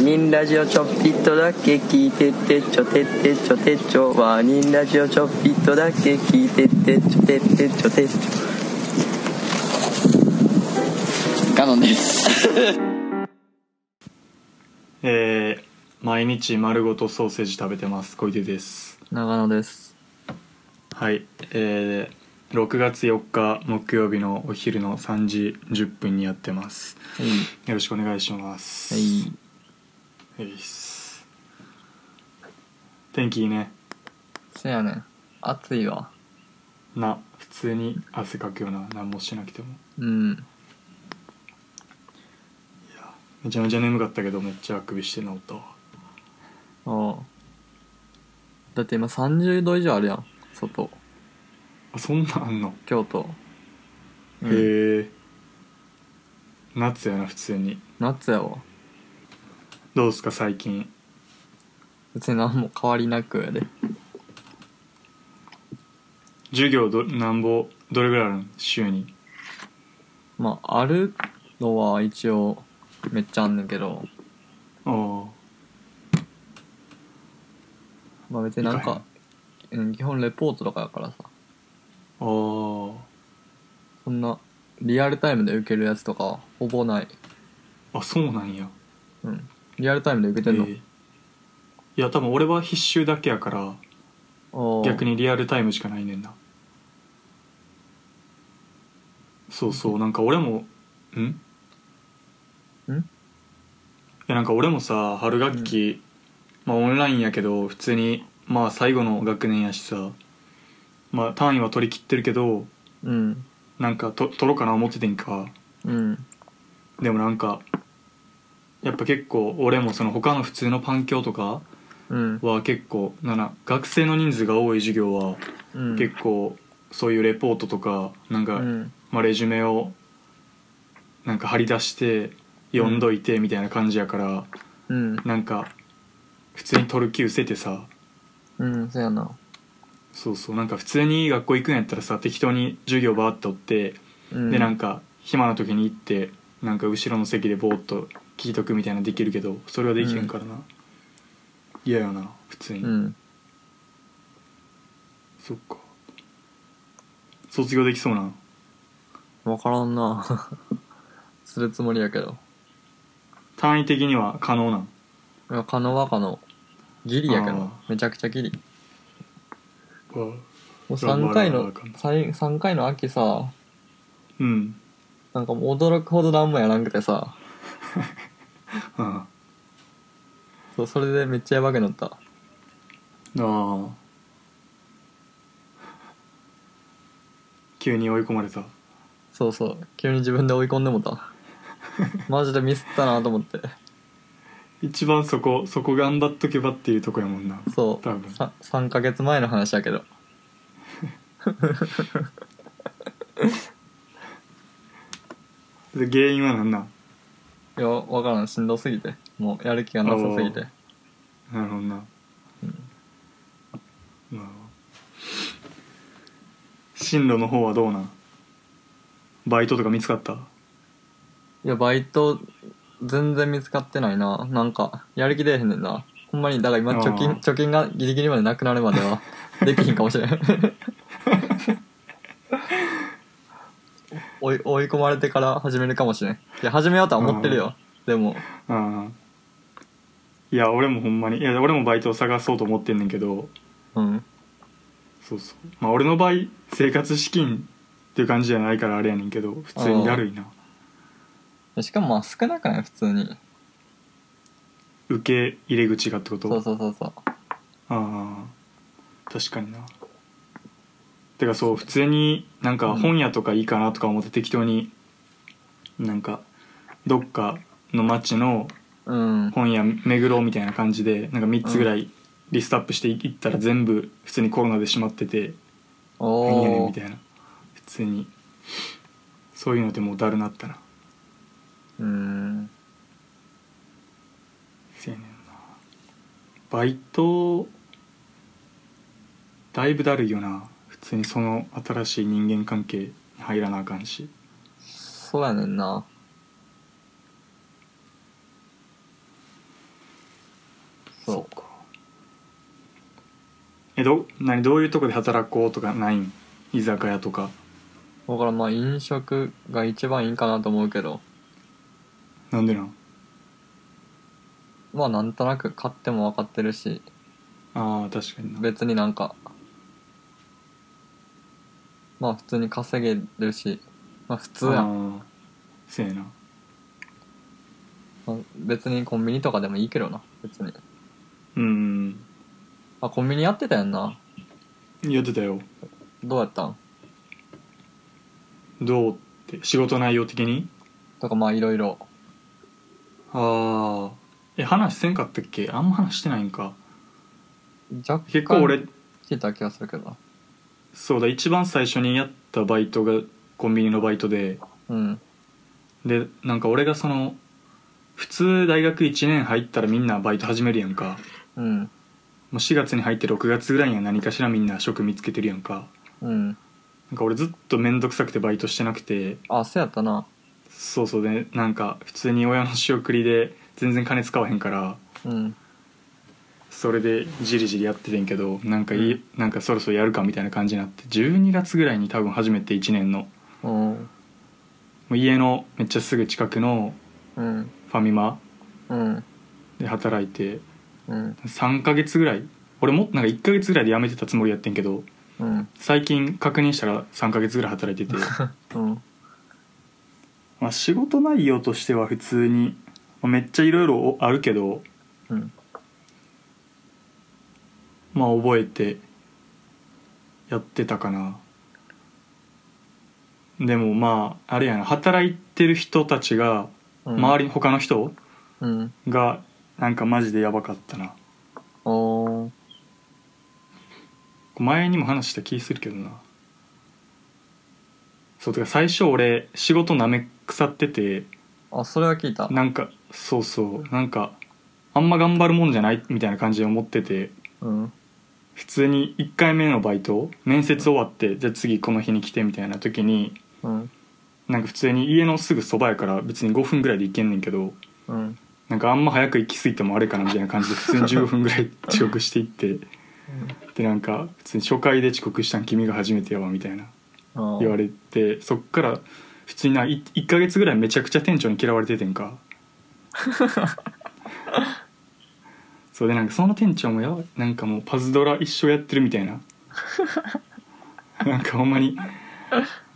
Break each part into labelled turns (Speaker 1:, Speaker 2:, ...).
Speaker 1: 人ラジオちょっぴっとだけ聞いてってちょてってちょてっちょワーニンラジオちょっぴっとだけ聞いてってちょてってちょてっちょ
Speaker 2: ガノンです。
Speaker 3: えー毎日丸ごとソーセージ食べてます小出です
Speaker 1: 長野です
Speaker 3: はいえー6月4日木曜日のお昼の3時10分にやってます
Speaker 1: はい
Speaker 3: よろしくお願いします
Speaker 1: はい
Speaker 3: はいっす天気いいね
Speaker 1: せやねん暑いわ
Speaker 3: な普通に汗かくような何もしなくても
Speaker 1: うん
Speaker 3: めちゃめちゃ眠かったけどめっちゃあくびして治ったわ
Speaker 1: ああだって今30度以上あるやん外
Speaker 3: あそんなんあんの、
Speaker 1: 京都、うん
Speaker 3: へえ夏やな普通に
Speaker 1: 夏やわ
Speaker 3: どうすか最近
Speaker 1: 別に何も変わりなくやで
Speaker 3: 授業どなんぼどれぐらいあるん週に
Speaker 1: まああるのは一応めっちゃあんねんけど
Speaker 3: ああ
Speaker 1: まあ別になん
Speaker 3: いいか
Speaker 1: かうん基本レポートとかやからさ
Speaker 3: あー
Speaker 1: そんなリアルタイムで受けるやつとかはほぼない
Speaker 3: あそうなんや
Speaker 1: うんリアルタイムで受けてんの、
Speaker 3: えーいや多分俺は必修だけやから
Speaker 1: おー
Speaker 3: 逆にリアルタイムしかないねんなそうそうなんか俺もんんいやなんか俺もさ春学期、まあオンラインやけど普通にまあ最後の学年やしさまあ単位は取り切ってるけど
Speaker 1: うん
Speaker 3: なんかと取ろうかな思っててんか
Speaker 1: うん
Speaker 3: でもなんかやっぱ結構俺もその他の普通のパン教とか
Speaker 1: うん
Speaker 3: は結構なんか学生の人数が多い授業は
Speaker 1: うん
Speaker 3: 結構そういうレポートとかなん
Speaker 1: う
Speaker 3: か
Speaker 1: ん
Speaker 3: まあレジュメをなんか張り出して読んどいてみたいな感じやから
Speaker 1: うん
Speaker 3: なんか普通に取る気失せてさ
Speaker 1: うんそやな
Speaker 3: そうそうなんか普通に学校行くんやったらさ適当に授業バーっとって
Speaker 1: うん
Speaker 3: でなんか暇な時に行ってなんか後ろの席でぼーっと聞いとくみたいなできるけどそれはできへんからな嫌、やな普通に、
Speaker 1: うん
Speaker 3: そっか卒業できそうなん
Speaker 1: 分からんな するつもりやけど
Speaker 3: 単位的には可能なん
Speaker 1: いや可能は可能ギリやけ
Speaker 3: あ
Speaker 1: どめちゃくちゃギリ
Speaker 3: わ
Speaker 1: もう
Speaker 3: 頑
Speaker 1: 3
Speaker 3: 張ら
Speaker 1: 回
Speaker 3: なあ
Speaker 1: の
Speaker 3: かんな
Speaker 1: 三三回の秋さ
Speaker 3: うん
Speaker 1: なんかもう驚くほど何もやらんくてさ
Speaker 3: あ
Speaker 1: そうそれでめっちゃやばくなった
Speaker 3: ああ急に追い込まれた
Speaker 1: そうそう急に自分で追い込んでも たマジでミスったなと思って
Speaker 3: 一番そこそこ頑張っとけばっていうとこやもんな
Speaker 1: そう
Speaker 3: 多分
Speaker 1: さ3ヶ月前の話やけど
Speaker 3: で原因は何なん
Speaker 1: いや分からんしんどすぎてもうやる気がなさすぎて
Speaker 3: なるほどな、なるほど進路の方はどうなんバイトとか見つかった
Speaker 1: いやバイト全然見つかってないななんかやる気出えへんねんなほんまにだから今貯金
Speaker 3: あー
Speaker 1: 貯金がギリギリまでなくなるまで はできひんかもしれん追い追い込まれてから始めるかもしれんいや始めようとは思ってるよでも
Speaker 3: うんいや俺もほんまにいや俺もバイトを探そうと思ってんねんけど
Speaker 1: うん
Speaker 3: そうそうまあ俺の場合生活資金っていう感じじゃないからあれやねんけど普通にだるいな
Speaker 1: しかもまあ少なくない普通に
Speaker 3: 受け入れ口がってこと
Speaker 1: そうそうそうそう
Speaker 3: ああ確かになてかそう普通になんか本屋とかいいかなとか思って適当になんかどっかの街の
Speaker 1: うん
Speaker 3: 本屋巡ろうみたいな感じでなんか3つぐらいリストアップしていったら全部普通にコロナでしまってて何やねん
Speaker 1: お
Speaker 3: み
Speaker 1: ー
Speaker 3: たいな普通にそういうのでもうだるなったな
Speaker 1: うん
Speaker 3: せやねんなバイトだいぶだるいよな普通にその新しい人間関係に入らなあかんし
Speaker 1: そうやねんな
Speaker 3: えど何どういうとこで働こうとかないん居酒屋とか
Speaker 1: だからまあ飲食が一番いいかなと思うけど
Speaker 3: なんでなん
Speaker 1: まあなんとなく買っても分かってるし
Speaker 3: ああ確かにな
Speaker 1: 別になんかまあ普通に稼げるしまあ普通やん
Speaker 3: ああせやな
Speaker 1: まあ別にコンビニとかでもいいけどな別に
Speaker 3: うん
Speaker 1: あコンビニやってたやんな
Speaker 3: やってたよ
Speaker 1: どうやったん
Speaker 3: どうって仕事内容的に
Speaker 1: とかまあいろいろ
Speaker 3: ああえ話せんかったっけあんま話してないんか
Speaker 1: 若干
Speaker 3: 結構俺
Speaker 1: 聞いた気がするけどな
Speaker 3: そうだ一番最初にやったバイトがコンビニのバイトで
Speaker 1: うん
Speaker 3: でなんか俺がその普通大学1年入ったらみんなバイト始めるやんか
Speaker 1: うん
Speaker 3: もう4月に入って6月ぐらいには何かしらみんな職見つけてるやんか
Speaker 1: うん
Speaker 3: なんか俺ずっと面倒くさくてバイトしてなくて
Speaker 1: あそうやったな
Speaker 3: そうそうでなんか普通に親の仕送りで全然金使わへんから
Speaker 1: うん
Speaker 3: それでじりじりやっててんけどなんかい、
Speaker 1: う
Speaker 3: なんかそろそろやるかみたいな感じになって12月ぐらいに多分初めて1年のも
Speaker 1: うん
Speaker 3: う家のめっちゃすぐ近くの
Speaker 1: うん
Speaker 3: ファミマ
Speaker 1: うん
Speaker 3: で働いて
Speaker 1: うん
Speaker 3: 3ヶ月ぐらい俺もっとなんか1ヶ月ぐらいで辞めてたつもりやってんけど
Speaker 1: うん
Speaker 3: 最近確認したら3ヶ月ぐらい働 いてて
Speaker 1: うん
Speaker 3: まあ仕事内容としては普通にまあめっちゃいろいろあるけど
Speaker 1: うん
Speaker 3: まあ覚えてやってたかなでもまああれやな働いてる人たちが
Speaker 1: うん
Speaker 3: 周りの他の人
Speaker 1: うん
Speaker 3: がなんかマジでやばかったな
Speaker 1: おー
Speaker 3: 前にも話した気するけどなそうてか最初俺仕事なめ腐ってて
Speaker 1: あそれは聞いた
Speaker 3: なんかそうそうなんかあんま頑張るもんじゃないみたいな感じで思ってて
Speaker 1: うん
Speaker 3: 普通に1回目のバイト面接終わってじゃあ次この日に来てみたいな時に
Speaker 1: うん
Speaker 3: なんか普通に家のすぐそばやから別に5分ぐらいで行けんねんけど
Speaker 1: うん
Speaker 3: なんかあんま早く行き過ぎてもあれかなみたいな感じで普通に15分ぐらい遅刻していってでなんか普通に初回で遅刻したん君が初めてやわみたいな
Speaker 1: あ
Speaker 3: 言われてそっから普通にな 1, ヶ月ぐらいめちゃくちゃ店長に嫌われててんかそうでなんかその店長もやばいなんかもうパズドラ一生やってるみたいななんかほんまに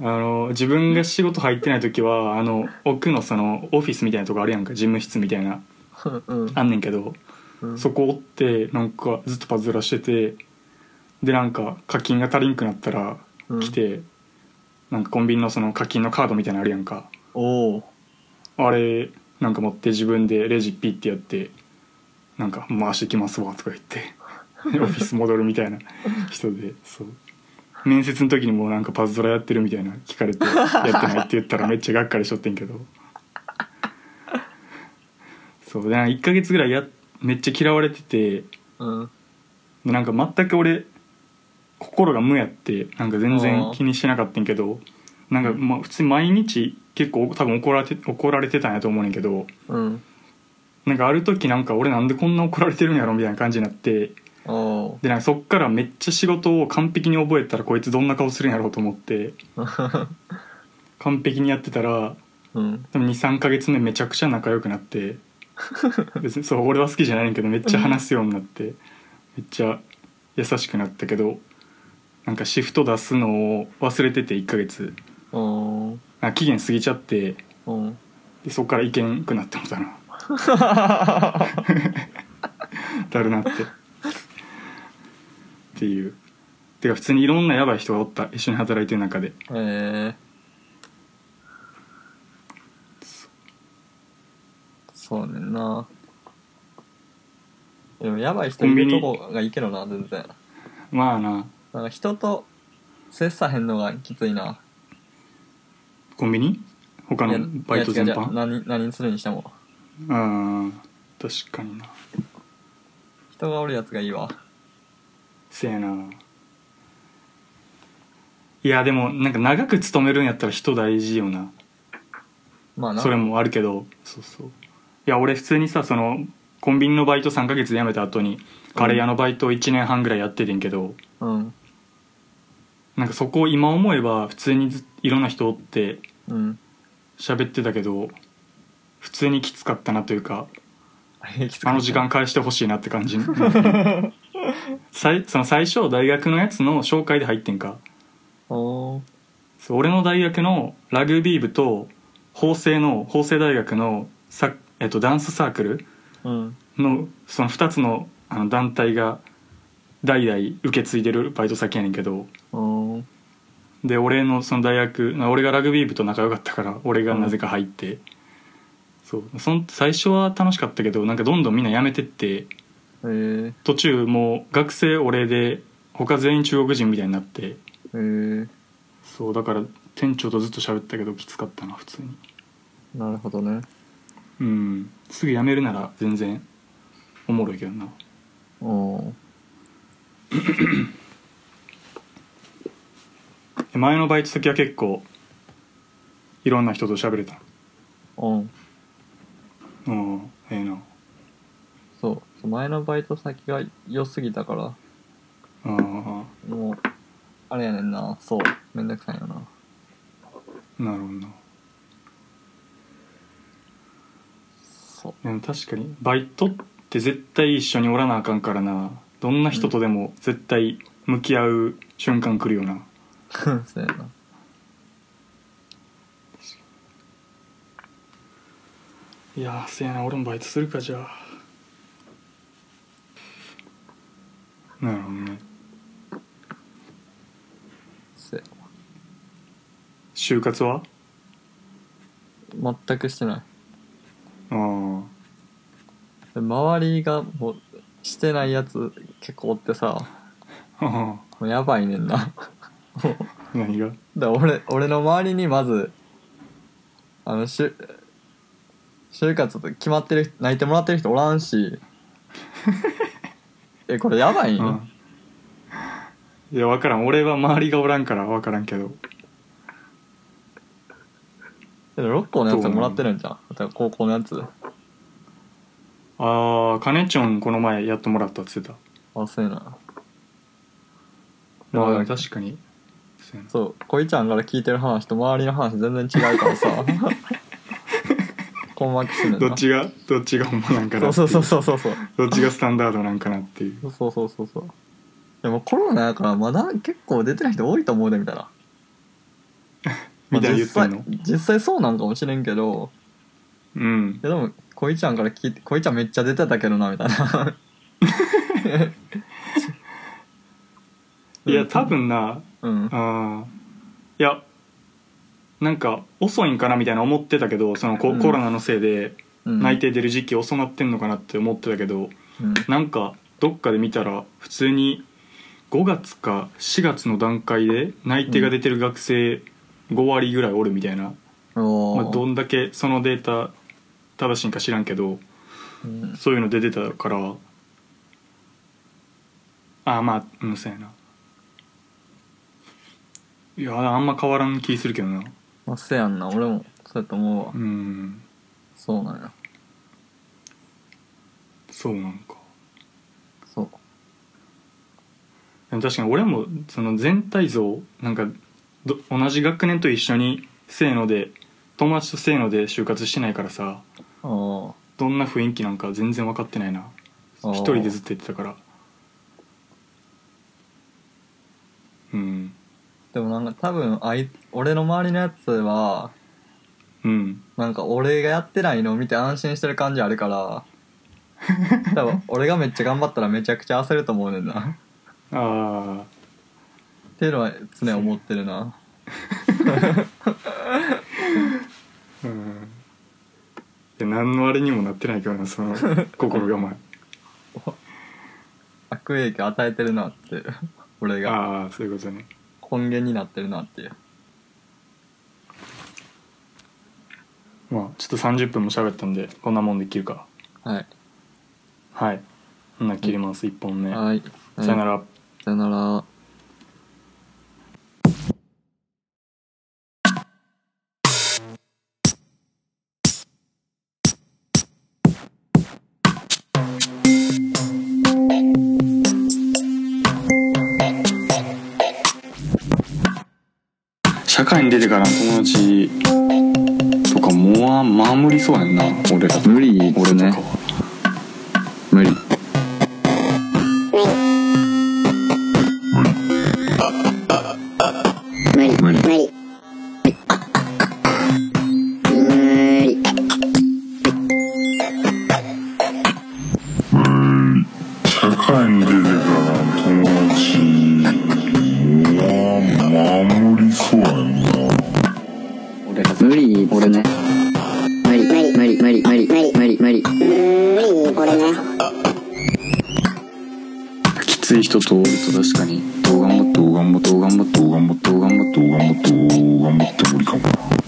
Speaker 3: あの自分が仕事入ってない時はあの奥のそのオフィスみたいなとこあるやんか事務室みたいな
Speaker 1: うん
Speaker 3: あんねんけど
Speaker 1: うん
Speaker 3: そこおってなんかずっとパズドラしててでなんか課金が足りんくなったら
Speaker 1: うん
Speaker 3: 来て、なんかコンビニのその課金のカードみたいなのあるやんか
Speaker 1: おお
Speaker 3: あれなんか持って自分でレジピッてやってなんか回してきますわとか言ってオフィス戻るみたいな人でそう面接の時にもうなんかパズドラやってるみたいな聞かれてやってないって言ったらめっちゃがっかりしとってんけどそうでなんか1ヶ月ぐらいやめっちゃ嫌われてて
Speaker 1: うん
Speaker 3: でなんか全く俺心が無やってなんか全然気にしてなかったんやけどなんかまあ普通に毎日結構多分怒られて怒られてたんやと思うねんけど
Speaker 1: うん
Speaker 3: なんかある時なんか俺なんでこんな怒られてるんやろみたいな感じになって
Speaker 1: おお
Speaker 3: でなんかそっからめっちゃ仕事を完璧に覚えたらこいつどんな顔するんやろうと思って
Speaker 1: ー
Speaker 3: 完璧にやってたら
Speaker 1: うん
Speaker 3: でも23ヶ月目めちゃくちゃ仲良くなって 別にそう俺は好きじゃないねんけどめっちゃ話すようになってめっちゃ優しくなったけどなんかシフト出すのを忘れてて1ヶ月
Speaker 1: おー
Speaker 3: あ期限過ぎちゃって
Speaker 1: おー
Speaker 3: でそっから行けんくなってもうた なだるなってっていうてか普通にいろんなやばい人がおった一緒に働いてる中で
Speaker 1: ええそうねんなでもやばい人いるとこがいいけどな全然
Speaker 3: まあな
Speaker 1: なんか人と接さへんのがきついな
Speaker 3: コンビニ他
Speaker 1: いや
Speaker 3: のバイト全
Speaker 1: いや違う違う
Speaker 3: 般
Speaker 1: 何何するにしても
Speaker 3: うん確かにな
Speaker 1: 人がおるやつがいいわ
Speaker 3: せやないやでもなんか長く勤めるんやったら人大事よな
Speaker 1: まあな
Speaker 3: それもあるけどそうそういや俺普通にさそのコンビニのバイト3ヶ月で辞めた後にカレー屋のバイト1年半ぐらいやっててんけど、
Speaker 1: うん
Speaker 3: なんかそこを今思えば普通にずいろんな人おって
Speaker 1: うん
Speaker 3: 喋ってたけど普通にきつかったなというか
Speaker 1: あれきつか
Speaker 3: あ
Speaker 1: った
Speaker 3: の時間返してほしいなって感じ最その最初大学のやつの紹介で入ってんか
Speaker 1: おー
Speaker 3: そう俺の大学のラグビー部と法政の法政大学のサ、えっと、ダンスサークル
Speaker 1: うん
Speaker 3: のその2つのあの団体が代々受け継いでるバイト先やねんけど
Speaker 1: おー
Speaker 3: で俺のその大学な俺がラグビー部と仲良かったから俺がなぜか入って、そうそん最初は楽しかったけどなんかどんどんみんな辞めてって
Speaker 1: えー、
Speaker 3: 途中もう学生俺で他全員中国人みたいになって
Speaker 1: えー、
Speaker 3: そうだから店長とずっと喋ったけどきつかったな普通に
Speaker 1: なるほどね
Speaker 3: うんすぐ辞めるなら全然おもろいけどな
Speaker 1: おー
Speaker 3: え前のバイト先は結構いろんな人と喋れた
Speaker 1: おー
Speaker 3: うんええな
Speaker 1: そうそう前のバイト先が良すぎたから
Speaker 3: ああ
Speaker 1: もうあれやねんなそうめんどくさいよな
Speaker 3: なるほどな
Speaker 1: そう
Speaker 3: でも確かにバイトって絶対一緒におらなあかんからなどんな人とでも絶対向き合う瞬間来るよな、
Speaker 1: そうやな
Speaker 3: ういやーせやな俺もバイトするかじゃあなるほどね
Speaker 1: そうや
Speaker 3: 就活は
Speaker 1: な全くしてない
Speaker 3: ああ
Speaker 1: で周りがもうしてないやつ結構おってさ
Speaker 3: あ
Speaker 1: もうやばいねんな
Speaker 3: あ何が
Speaker 1: だ俺俺の周りにまずあのしゅ就活と決まってる泣いてもらってる人おらん しえこれやばいんよ、
Speaker 3: うんいや分からん俺は周りがおらんから分からんけど
Speaker 1: で6校のやつはもらってるんじゃんだから高校のやつ
Speaker 3: ああカネチョンこの前やってもらったっつってた
Speaker 1: あそうやな
Speaker 3: ま
Speaker 1: ま
Speaker 3: あ
Speaker 1: あ
Speaker 3: 確かにそうやな
Speaker 1: そうこいちゃんから聞いてる話と周りの話全然違うから さ困惑するんだ
Speaker 3: どっちがどっちがほんまなんかなってい
Speaker 1: そうそうそうそうそうそう
Speaker 3: どっちがスタンダードなんかなっていう
Speaker 1: そうそうそうそうでもコロナやからまだ結構出てない人多いと思うでみたいな
Speaker 3: みたいな言って
Speaker 1: 実
Speaker 3: んの
Speaker 1: 際実際そうなんかもしれんけど
Speaker 3: う
Speaker 1: い
Speaker 3: ん
Speaker 1: やでもこいちゃんから聞いてこいちゃんめっちゃ出てたけどなみたいな
Speaker 3: いや多分な
Speaker 1: うん
Speaker 3: あーいやなんか遅いんかなみたいな思ってたけどそのコ,、
Speaker 1: うん
Speaker 3: コロナのせいで
Speaker 1: うん
Speaker 3: 内定出る時期遅なってんのかなって思ってたけ
Speaker 1: う
Speaker 3: ど、
Speaker 1: ん
Speaker 3: なんかどっかで見たら普通に5月か4月の段階で内定が出てる学生5割ぐらいおるみたいな、
Speaker 1: おー
Speaker 3: まあ、どんだけそのデータ正しいんか知らんけど
Speaker 1: うん
Speaker 3: そういうの出てたからああまあうんそうやないやあんま変わらん気するけどな
Speaker 1: まあ、せやんな俺もそうやと思うわ
Speaker 3: うん
Speaker 1: そうなんや
Speaker 3: そうなんか
Speaker 1: そう
Speaker 3: でも確かに俺もその全体像なんかど同じ学年と一緒にせーので友達とせーので就活してないからさ
Speaker 1: あ
Speaker 3: どんな雰囲気なんか全然分かってないな
Speaker 1: あ
Speaker 3: 一人でずっと言ってたからうん
Speaker 1: でもなんか多分あい俺の周りのやつは
Speaker 3: うん
Speaker 1: なんか俺がやってないのを見て安心してる感じあるから 多分俺がめっちゃ頑張ったらめちゃくちゃ焦ると思うねんな
Speaker 3: ああ
Speaker 1: っていうのは常に思ってるな
Speaker 3: うんいや何のあれにもなってないからな その心構
Speaker 1: 悪影響与えてるなっていう俺
Speaker 3: え
Speaker 1: が
Speaker 3: ああそういうことね
Speaker 1: 根源になってるなっていう
Speaker 3: まあちょっと30分も喋ったんでこんなもんで切るか
Speaker 1: はい
Speaker 3: はいこんなん切ります1本目
Speaker 1: はい
Speaker 3: さよな
Speaker 1: ら
Speaker 3: ら、
Speaker 1: さよなら
Speaker 4: 「
Speaker 3: 出てからの友達とかもうあんまあ無理そうやんな俺らと
Speaker 5: 無理っ
Speaker 3: 俺
Speaker 5: す
Speaker 3: とか
Speaker 5: ね
Speaker 3: は
Speaker 5: 無理
Speaker 6: 社会に出てからの
Speaker 5: 無理
Speaker 4: 無理無理無理
Speaker 6: 友達は守りそうやんな
Speaker 5: 俺ら無理っすね
Speaker 4: 無理無理無理無理無理無理無理無理これね
Speaker 3: きつい人とおると確かに
Speaker 6: どう頑張ってもどう頑張ってもどう頑張ってもどう頑張ってもどう頑張っても無理かもな